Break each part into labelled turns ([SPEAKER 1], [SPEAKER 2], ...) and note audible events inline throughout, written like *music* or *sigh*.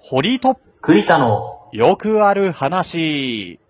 [SPEAKER 1] 堀井と
[SPEAKER 2] 栗田の、
[SPEAKER 1] よくある話。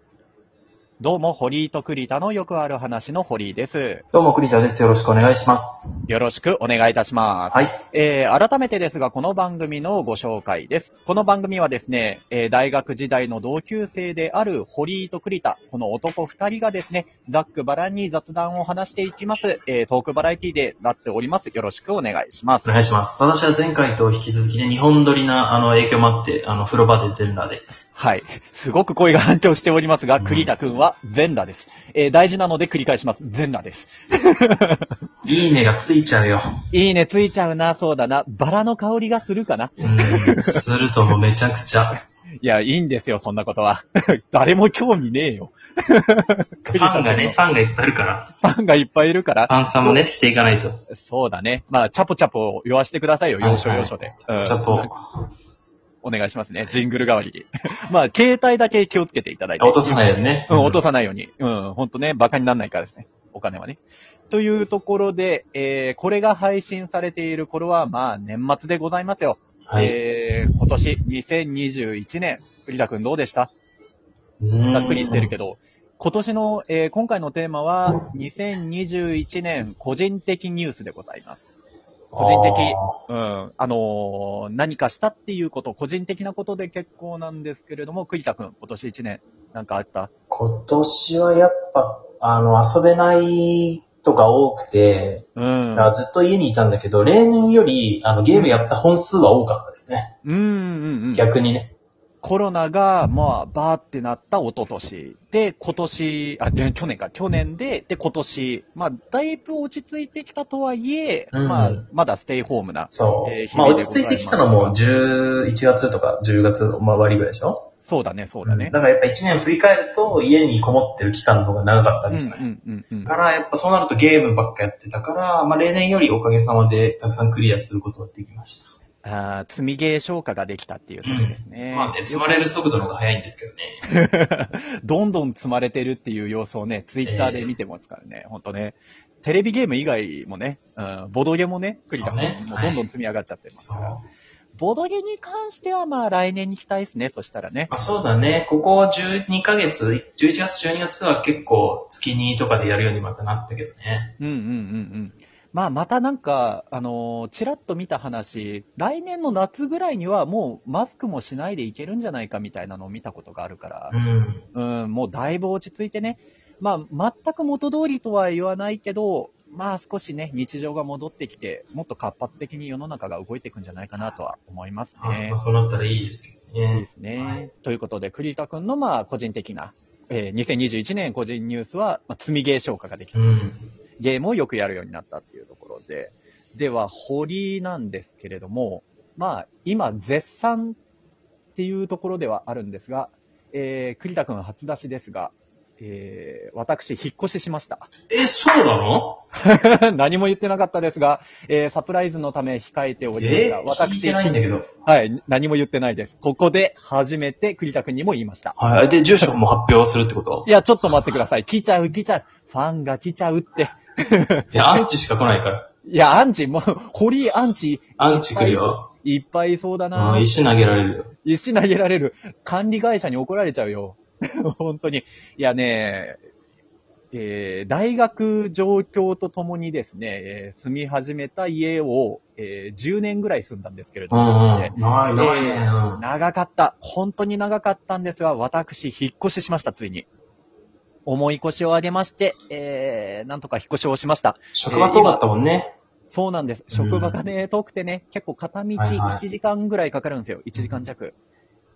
[SPEAKER 1] どうも、堀井と栗田のよくある話の堀井です。
[SPEAKER 2] どうも栗田です。よろしくお願いします。
[SPEAKER 1] よろしくお願いいたします。
[SPEAKER 2] はい。
[SPEAKER 1] えー改めてですが、この番組のご紹介です。この番組はですね、えー大学時代の同級生である堀井と栗田、この男二人がですね、ざっくばらんに雑談を話していきます、えートークバラエティでなっております。よろしくお願いします
[SPEAKER 2] お。願いします。私は前回と引き続きで日本撮りな、あの、影響もあって、あの、風呂場で全裸で。
[SPEAKER 1] はい。すごく声が反響しておりますが、
[SPEAKER 2] うん
[SPEAKER 1] 栗田くんは全裸です。えー大事なので繰り返します。全裸です。
[SPEAKER 2] いいねがついちゃうよ。
[SPEAKER 1] いいね、ついちゃうな、そうだな。バラの香りがするかな。
[SPEAKER 2] うん。するともうめちゃくちゃ。
[SPEAKER 1] いや、いいんですよ、そんなことは。 *laughs* 誰も興味ねえよ。
[SPEAKER 2] ファンがね、ファンがいっぱいいるから。
[SPEAKER 1] ファンがいっぱいいるから
[SPEAKER 2] フ。ァンさんもね、していかないと。
[SPEAKER 1] そうだね。まあ、チャポチャポを言わしてくださいよ、要所要所で。
[SPEAKER 2] はいはいちょっ
[SPEAKER 1] うん
[SPEAKER 2] と、
[SPEAKER 1] お願いしますね。ジングル代わりに。 *laughs* まあ、携帯だけ気をつけていただいて。
[SPEAKER 2] 落とさないようにね。
[SPEAKER 1] うん、落と
[SPEAKER 2] さ
[SPEAKER 1] さないように。うん、ほんとね、馬鹿にならないからですね。お金はね。というところで、えー、これが配信されている頃は、まあ、年末でございますよ。
[SPEAKER 2] はい。
[SPEAKER 1] えー、今年、2021年、栗田くんどうでした
[SPEAKER 2] ざ
[SPEAKER 1] ざっくりしてるけど、今年の、えー今回のテーマは、2021年個人的ニュースでございます。個人的うん。あのー何かしたっていうこと、個人的なことで結構なんですけれども、栗田くん、今年1年、なんかあった
[SPEAKER 2] 今年はやっぱ、あの、遊べないとか多くて、
[SPEAKER 1] うん。
[SPEAKER 2] だからずっと家にいたんだけど、例年より、あの、ゲームやった本数は多かったですね。
[SPEAKER 1] うんうんうん。
[SPEAKER 2] 逆にね。
[SPEAKER 1] コロナが、まあ、バーってなった一昨年。で、今年、あ、で去年か、去年で、で、今年、まあ、だいぶ落ち着いてきたとはいえ、
[SPEAKER 2] うん
[SPEAKER 1] まあ、まだステイホームな。
[SPEAKER 2] そう。
[SPEAKER 1] えー
[SPEAKER 2] まあ、
[SPEAKER 1] 日々
[SPEAKER 2] 落
[SPEAKER 1] でござい
[SPEAKER 2] ち着い
[SPEAKER 1] ます
[SPEAKER 2] てきたのも11月とか10月の終わりぐらいでしょ
[SPEAKER 1] そうだね、そうだね。
[SPEAKER 2] だからやっぱ1年振り返ると、家にこもってる期間の方が長かった
[SPEAKER 1] うんん、う
[SPEAKER 2] ですね。
[SPEAKER 1] ん、うん、うん
[SPEAKER 2] だ。から、やっぱそうなるとゲームばっかやってたから、まあ例年よりおかげさまでたくさんクリアすることができました。
[SPEAKER 1] ああ、積みゲー消化ができたっていう年ですね。
[SPEAKER 2] まあね、積まれる速度の方が早いんですけどね。
[SPEAKER 1] どんどん積まれてるっていう様子をね、ツイッターで見てますからね、ほんとね。テレビゲーム以外もね、うん、ボドゲもね、栗田
[SPEAKER 2] そうね
[SPEAKER 1] もうどんどん積み上がっちゃってます
[SPEAKER 2] そう
[SPEAKER 1] か。ら。ボドゲに関してはまあ来年に期待ですね、そしたらね。
[SPEAKER 2] まあ、そうだね。ここ12ヶ月、11月、12月は結構月2とかでやるようにまたなったけどね。
[SPEAKER 1] うんうんうんうん。まあまたなんか、あのーちらっと見た話、来年の夏ぐらいにはもうマスクもしないでいけるんじゃないかみたいなのを見たことがあるから
[SPEAKER 2] う、ん。
[SPEAKER 1] うん、もうだいぶ落ち着いてね、まあ、全く元通りとは言わないけど、まあ少しね、日常が戻ってきて、もっと活発的に世の中が動いていくんじゃないかなとは思います
[SPEAKER 2] あ
[SPEAKER 1] ね
[SPEAKER 2] まあ、。そうなったらいいですけど
[SPEAKER 1] いいで
[SPEAKER 2] ね。
[SPEAKER 1] す
[SPEAKER 2] はい
[SPEAKER 1] ね。ということで、栗田くんのまあ個人的な、えー2021年個人ニュースは、まあ、積みゲー消化ができた
[SPEAKER 2] う。ん。
[SPEAKER 1] ゲームをよくやるようになったっていうところで。では、堀井なんですけれども、まあ、今、絶賛っていうところではあるんですが、えー、栗田くん初出しですが、えー、私、引っ越ししました。 *laughs*
[SPEAKER 2] え、そうなの
[SPEAKER 1] 何も言ってなかったですが、えー、サプライズのため控えております
[SPEAKER 2] え
[SPEAKER 1] が、
[SPEAKER 2] 聞いてないんだけど。
[SPEAKER 1] はい、何も言ってないです。ここで初めて栗田くんにも言いました。
[SPEAKER 2] はい。で、住所も発表するってこと
[SPEAKER 1] いや、ちょっと待ってください。来ちゃう、来ちゃう。ファンが来ちゃうって。
[SPEAKER 2] いや、アンチしか来ないから。
[SPEAKER 1] いや、アンチ、もう、堀井アンチ、
[SPEAKER 2] アンチ来るよ。
[SPEAKER 1] いっぱいいそうだな
[SPEAKER 2] うん、石投げられるよ。
[SPEAKER 1] 石投げられる。管理会社に怒られちゃうよ。 *laughs* 本当に。いやね、えー大学上京とともにですね、えー住み始めた家を、えー10年ぐらい住んだんですけれど
[SPEAKER 2] うんう
[SPEAKER 1] も、
[SPEAKER 2] ん。
[SPEAKER 1] ね
[SPEAKER 2] 長い長いね。
[SPEAKER 1] えー
[SPEAKER 2] うん。
[SPEAKER 1] 長かった。本当に長かったんですが、私、引っ越ししました、ついに。重い腰を上げまして、えーなんとか引っ越しをしました。
[SPEAKER 2] 職場遠かったもんね。
[SPEAKER 1] そうなんです。
[SPEAKER 2] うん
[SPEAKER 1] 職場がね、遠くてね、結構片道
[SPEAKER 2] はいはい
[SPEAKER 1] 1時間ぐらいかかるんですよ。1時間弱。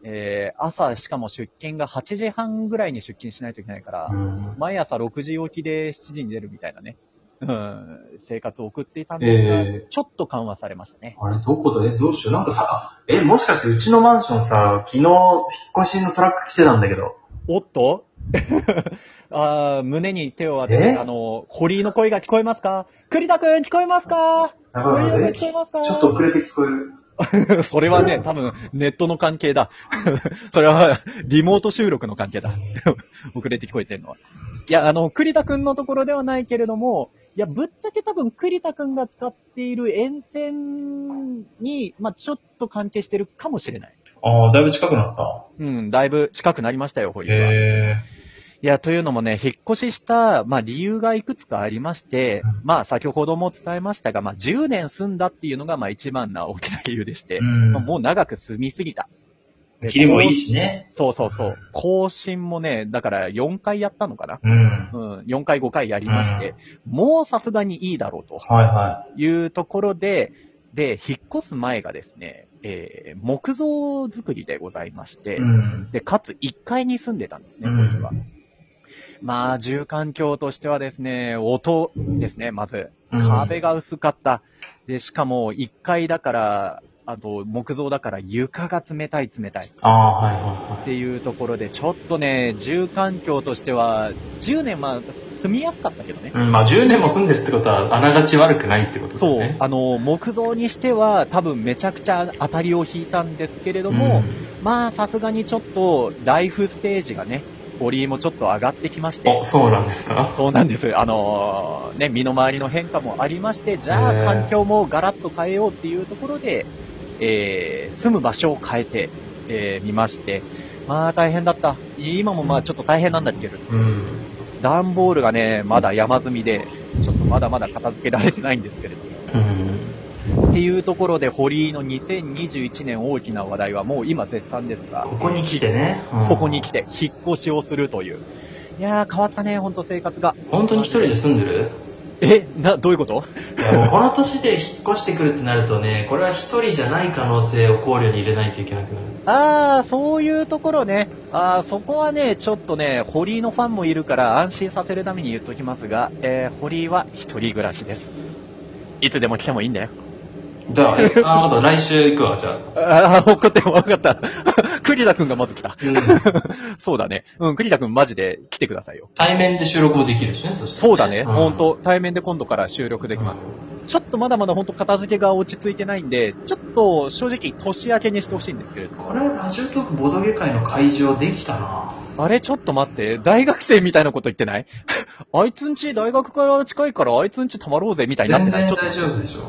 [SPEAKER 1] えー、朝しかも出勤が8時半ぐらいに出勤しないといけないから、
[SPEAKER 2] うん。
[SPEAKER 1] 毎朝6時起きで7時に出るみたいなね、うん、生活を送っていたんですが、
[SPEAKER 2] え
[SPEAKER 1] ちょっと緩和されましたね。
[SPEAKER 2] ー、あれ、どこと、え、どうしよう。なんかさ、え、もしかしてうちのマンションさ、昨日、引っ越しのトラック来てたんだけど。
[SPEAKER 1] おっと *laughs* あー胸に手を当て
[SPEAKER 2] え
[SPEAKER 1] て、あの、堀井の声が聞こえますか栗田くん聞こえますか
[SPEAKER 2] やば
[SPEAKER 1] 堀
[SPEAKER 2] い
[SPEAKER 1] 井の
[SPEAKER 2] やば
[SPEAKER 1] 声
[SPEAKER 2] い
[SPEAKER 1] 聞こえますか
[SPEAKER 2] ちょっと遅れて聞こえる。
[SPEAKER 1] *laughs* それはね、多分、ネットの関係だ。 *laughs* それは、リモート収録の関係だ。遅れて聞こえてるのは。いや、あの、栗田くんのところではないけれども、いや、ぶっちゃけ多分、栗田くんが使っている沿線に、まあ、ちょっと関係してるかもしれない。
[SPEAKER 2] あああ、だいぶ近くなった。
[SPEAKER 1] うん、だいぶ近くなりましたよ、保育は。い
[SPEAKER 2] へえ。
[SPEAKER 1] や、というのもね、引っ越しした、まあ理由がいくつかありまして
[SPEAKER 2] うん、
[SPEAKER 1] まあ先ほども伝えましたが、まあ10年住んだっていうのがまあ一番な大きな理由でして
[SPEAKER 2] う、ん。
[SPEAKER 1] まあもう長く住みすぎた。で
[SPEAKER 2] 霧もいいしね。
[SPEAKER 1] そうそうそう。更新もね、だから4回やったのかな
[SPEAKER 2] うん。
[SPEAKER 1] うん、4回5回やりまして、もうさすがにいいだろうと
[SPEAKER 2] はいは
[SPEAKER 1] いうところで、で、引っ越す前がですね、えー木造作りでございまして、
[SPEAKER 2] い。うん。
[SPEAKER 1] で、かつ1階に住んでたんですね、
[SPEAKER 2] うん
[SPEAKER 1] これは。まあ、住環境としてはですね、音ですね、まず。
[SPEAKER 2] うん
[SPEAKER 1] 壁が薄かった。で、しかも1階だから、あと木造だから床が冷たい冷たい。
[SPEAKER 2] ああ、はいは
[SPEAKER 1] っていうところで、ちょっとね、住環境としては、10年、まあ、住みやすかったけどね
[SPEAKER 2] い。はい。うん、まあ10年も住んでるってことは、あながち悪くないってことだ
[SPEAKER 1] そ
[SPEAKER 2] よ
[SPEAKER 1] う
[SPEAKER 2] ね。、
[SPEAKER 1] あの、木造にしては、多分めちゃくちゃ当たりを引いたんですけれども、まあ、さすがにちょっと、ライフステージがね、ボリーもちょっと上がってきまし
[SPEAKER 2] うん。
[SPEAKER 1] て
[SPEAKER 2] あ、、そうなんですか
[SPEAKER 1] そうなんです。あのーね、身の回りの変化もありまして、じゃ
[SPEAKER 2] へー
[SPEAKER 1] あ、環境もガラッと変えようっていうところで、えー住む場所を変えて、えーみまして、まあ、大変だった。今もまあ、ちょっと大変なんだけれど、
[SPEAKER 2] うん。
[SPEAKER 1] 段ボールがね、まだ山積みで、ちょっとまだまだ片付けられてないんですけれども。
[SPEAKER 2] うん。
[SPEAKER 1] っていうところで、堀井の2021年大きな話題はもう今絶賛ですが、
[SPEAKER 2] ここに来てね。うん
[SPEAKER 1] ここに来て引っ越しをするという。いやー、変わったね、ほんと生活が。
[SPEAKER 2] 本当に一人で住んでる
[SPEAKER 1] え、な、どういうこと
[SPEAKER 2] いやもうこの年で引っ越してくるってなるとね、これは一人じゃない可能性を考慮に入れないといけなくなる。
[SPEAKER 1] あー、そういうところね。あー、そこはね、ちょっとね、堀井のファンもいるから安心させるために言っときますが、えー、堀井は一人暮らしです。いつでも来てもいいんだよ。
[SPEAKER 2] じゃあ、え
[SPEAKER 1] *laughs*
[SPEAKER 2] あなた来週行くわ、じゃあ。
[SPEAKER 1] あー、怒っても分かった。 *laughs* 栗田くんがまず来た。
[SPEAKER 2] うん。
[SPEAKER 1] *laughs* そうだね。うん、栗田くんマジで来てくださいよ。
[SPEAKER 2] 対面で収録もできるしね、そしたら
[SPEAKER 1] そうだね。
[SPEAKER 2] ん
[SPEAKER 1] ほんと、対面で今度から収録できます。
[SPEAKER 2] う
[SPEAKER 1] ちょっとまだまだ本当片付けが落ち着いてないんで、ちょっと正直年明けにしてほしいんですけれど
[SPEAKER 2] ん。これ、ラジオトークボドゲ会の会場できたな
[SPEAKER 1] あれちょっと待って、大学生みたいなこと言ってない *laughs* あいつんち大学から近いからあいつんちたまろうぜみたいになっ
[SPEAKER 2] 全
[SPEAKER 1] てない
[SPEAKER 2] 然
[SPEAKER 1] ちょっと
[SPEAKER 2] 大丈夫でしょ。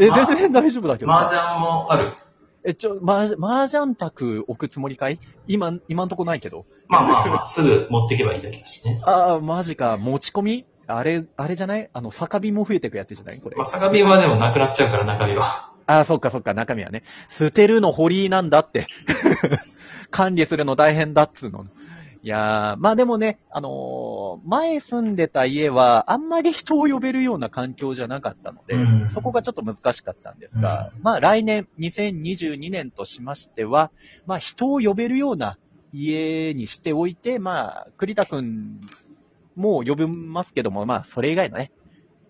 [SPEAKER 1] え、
[SPEAKER 2] まあ
[SPEAKER 1] 全然大丈夫だけど。
[SPEAKER 2] 麻雀もある。
[SPEAKER 1] え、ちょ、マージ麻雀卓置くつもりかい今、今んとこないけど。
[SPEAKER 2] まあまあまあ、すぐ持ってけばいいだけだしね。
[SPEAKER 1] ああ、マジか、持ち込みあれ、あれじゃないあの、酒瓶も増えてくやつじゃないこれ
[SPEAKER 2] まあ、。酒瓶はでもなくなっちゃうから、中身は。
[SPEAKER 1] ああ、そっかそっか、中身はね。捨てるの堀井なんだって。 *laughs* 管理するの大変だっつうの。いやー、まあでもね、あのー前住んでた家は、あんまり人を呼べるような環境じゃなかったので、
[SPEAKER 2] うん
[SPEAKER 1] そこがちょっと難しかったんですが、まあ来年、2022年としましては、まあ人を呼べるような家にしておいて、まあ、栗田くんも呼びますけども、まあそれ以外のね、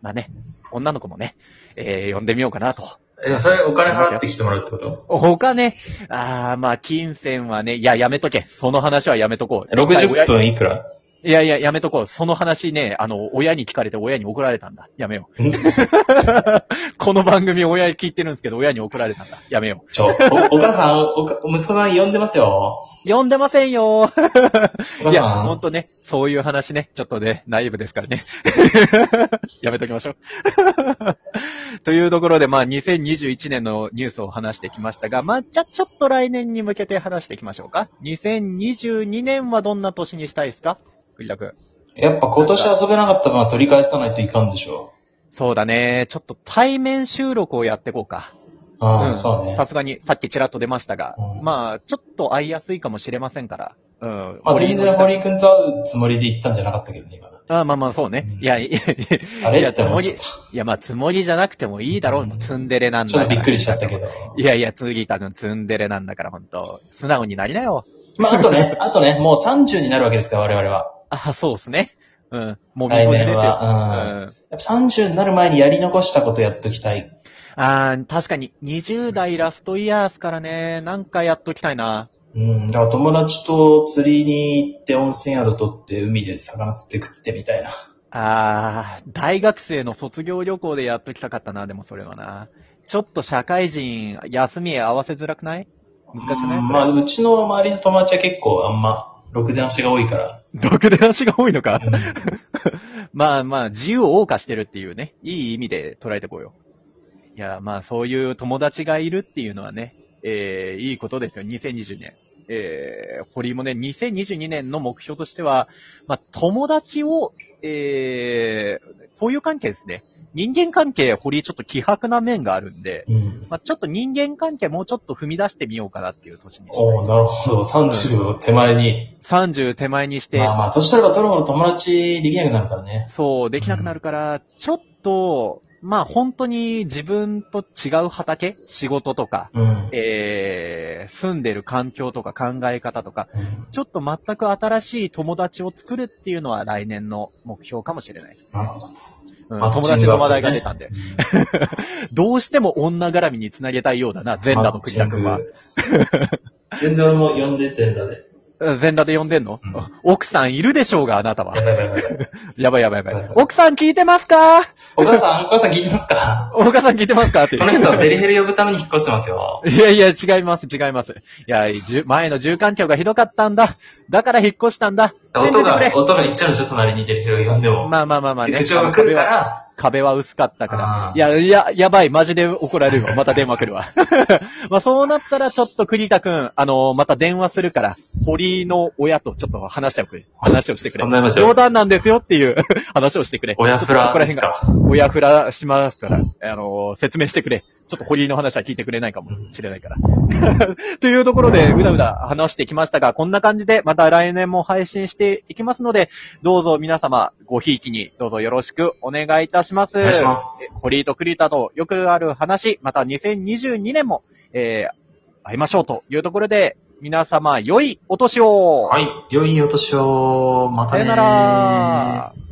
[SPEAKER 1] まあね、女の子もね、えー呼んでみようかなと。
[SPEAKER 2] *laughs* え、それお金払ってきてもらうってこと
[SPEAKER 1] お金、ああ、まあ、金銭はね、いや、やめとけ。その話はやめとこう。
[SPEAKER 2] ?60
[SPEAKER 1] はい
[SPEAKER 2] 分いくら
[SPEAKER 1] 親にいやいや、やめとこう。その話ね、あの、親に聞かれて親に怒られたんだ。やめよう。この番組親に聞いてるんですけど、親に怒られたんだ。やめよ
[SPEAKER 2] *laughs* ちょ、お、お母さん、おか、息子さん呼んでますよ。
[SPEAKER 1] う。呼んでませんよー。
[SPEAKER 2] お母
[SPEAKER 1] い
[SPEAKER 2] さ
[SPEAKER 1] や、
[SPEAKER 2] ん。
[SPEAKER 1] ほんとね、そういう話ね、ちょっとね、内部ですからね。 *laughs* やめときましょう。 *laughs* というところで、まあ、2021年のニュースを話してきましたが、まあ、じゃあちょっと来年に向けて話していきましょうか。2022年はどんな年にしたいですか栗田くん。
[SPEAKER 2] やっぱ今年遊べなかった分は取り返さないといかんでしょ
[SPEAKER 1] そうだね。ちょっと対面収録をやっていこうか。
[SPEAKER 2] う。うん、そうね。
[SPEAKER 1] さすがに、さっきちらっと出ましたが、
[SPEAKER 2] うん
[SPEAKER 1] まあ、ちょっと会いやすいかもしれませんから。うん。
[SPEAKER 2] まあ、
[SPEAKER 1] 俺
[SPEAKER 2] 全
[SPEAKER 1] に
[SPEAKER 2] 然堀井君と会うつもりで行ったんじゃなかったけどね、今の。
[SPEAKER 1] あまあまあ、そうね。いや、いや、
[SPEAKER 2] あ
[SPEAKER 1] い
[SPEAKER 2] れ
[SPEAKER 1] や
[SPEAKER 2] って思っちゃっ
[SPEAKER 1] いや、まあ、つもりじゃなくてもいいだろう。ツンデレなん
[SPEAKER 2] た。
[SPEAKER 1] だ
[SPEAKER 2] ちょ
[SPEAKER 1] から。
[SPEAKER 2] っとびっくりしちゃったけど。
[SPEAKER 1] いやいや、次多分ツンデレなんだから、本当素直になりなよ。
[SPEAKER 2] *laughs* まあ、あとね、あとね、もう30になるわけですから、我々は。
[SPEAKER 1] あ、そうっすね。うん。もみ
[SPEAKER 2] 来
[SPEAKER 1] そじです
[SPEAKER 2] 年
[SPEAKER 1] よ。
[SPEAKER 2] は。うん。
[SPEAKER 1] うん。
[SPEAKER 2] やっぱ30になる前にやり残したことやっときたい。
[SPEAKER 1] あー確かに、20代ラストイヤーっすからね、なんかやっときたいな。
[SPEAKER 2] うん、だから友達と釣りに行って温泉宿取って海で魚釣って食ってみたいな。
[SPEAKER 1] あー大学生の卒業旅行でやっときたかったな、でもそれはな。ちょっと社会人、休み合わせづらくない難しくない
[SPEAKER 2] うんまあ、うちの周りの友達は結構あんま、ろくでなしが多いから。
[SPEAKER 1] 毒出足が多いのか
[SPEAKER 2] うん
[SPEAKER 1] まあまあ、自由を謳歌してるっていうね、いい意味で捉えてこうよ。いや、まあそういう友達がいるっていうのはね、えーいいことですよ、2020年。えー、堀井もね、2022年の目標としては、まあ、友達を、えー、こういう関係ですね。人間関係、堀井ちょっと希薄な面があるんで、
[SPEAKER 2] うん。
[SPEAKER 1] まあ、ちょっと人間関係もうちょっと踏み出してみようかなっていう年にして。
[SPEAKER 2] おーなるほど。30の手前に。
[SPEAKER 1] 30手前にして、
[SPEAKER 2] まあまあ、年取れば取るほど友達できなくなるからね。
[SPEAKER 1] そう、できなくなるから、ちょっと、まあ本当に自分と違う畑仕事とか、 *laughs*
[SPEAKER 2] うん。
[SPEAKER 1] えー、住んでる環境とか考え方とか、
[SPEAKER 2] うん
[SPEAKER 1] ちょっと全く新しい友達を作るっていうのは来年の目標かもしれないです。
[SPEAKER 2] なるほど。
[SPEAKER 1] うん、
[SPEAKER 2] マッチ
[SPEAKER 1] 友
[SPEAKER 2] ング
[SPEAKER 1] 達の話題が出たん
[SPEAKER 2] う
[SPEAKER 1] で、
[SPEAKER 2] ん
[SPEAKER 1] どうしても女絡みにつなげたいようだな、全裸の栗田くんは。。
[SPEAKER 2] 全然俺も呼んで全裸で。
[SPEAKER 1] うん全裸で呼んでんの、
[SPEAKER 2] うん
[SPEAKER 1] 奥さんいるでしょうが、あなたは
[SPEAKER 2] *laughs* や。ばいやばいやば
[SPEAKER 1] やばいやばいや
[SPEAKER 2] い。
[SPEAKER 1] ば
[SPEAKER 2] はいい。
[SPEAKER 1] 奥さん聞いてますか *laughs*
[SPEAKER 2] お母さん、お母さん聞いてますか
[SPEAKER 1] お母さん聞いてますかって。
[SPEAKER 2] この人はデリヘル呼ぶために引っ越してま
[SPEAKER 1] *laughs*
[SPEAKER 2] すよ。
[SPEAKER 1] いやいや、違います、違います。いや、じゅ前の住環境がひどかったんだ。だから引っ越したんだ。信
[SPEAKER 2] 音
[SPEAKER 1] じてく
[SPEAKER 2] が
[SPEAKER 1] れ、。
[SPEAKER 2] 音が行っちゃうのちょっと隣にデリヘル呼んでも。
[SPEAKER 1] まあまあまあまあね。
[SPEAKER 2] 苦情が来
[SPEAKER 1] 壁
[SPEAKER 2] るか
[SPEAKER 1] は
[SPEAKER 2] ら、
[SPEAKER 1] 壁は薄かったから
[SPEAKER 2] あ。ー
[SPEAKER 1] いや、いや、やばい、マジで怒られ
[SPEAKER 2] *laughs*
[SPEAKER 1] るわ。また電話来るわ。 *laughs* まあそうなったら、ちょっと栗田くん、あのまた電話するから、堀の親とちょっと話しておくれ。話をしてくれ。
[SPEAKER 2] そんな話を
[SPEAKER 1] 冗談なんですよっていう *laughs* 話をしてくれ。
[SPEAKER 2] 親フ
[SPEAKER 1] ちょっとこ
[SPEAKER 2] ラ
[SPEAKER 1] こら
[SPEAKER 2] です
[SPEAKER 1] 辺が
[SPEAKER 2] か。
[SPEAKER 1] 親フラしますから、あの説明してくれ。ちょっと堀井の話は聞いてくれないかもしれないから。 *laughs* というところで、うだうだ話してきましたが、こんな感じでまた来年も配信していきますので、どうぞ皆様、ごひいきに、どうぞよろしくお願いいたします。
[SPEAKER 2] お願いします。
[SPEAKER 1] 堀井と栗田のよくある話、また2022年も、えー、会いましょうというところで、皆様、良いお年を、
[SPEAKER 2] はい。良いお年を。また
[SPEAKER 1] さ
[SPEAKER 2] ね
[SPEAKER 1] よな
[SPEAKER 2] ー
[SPEAKER 1] ら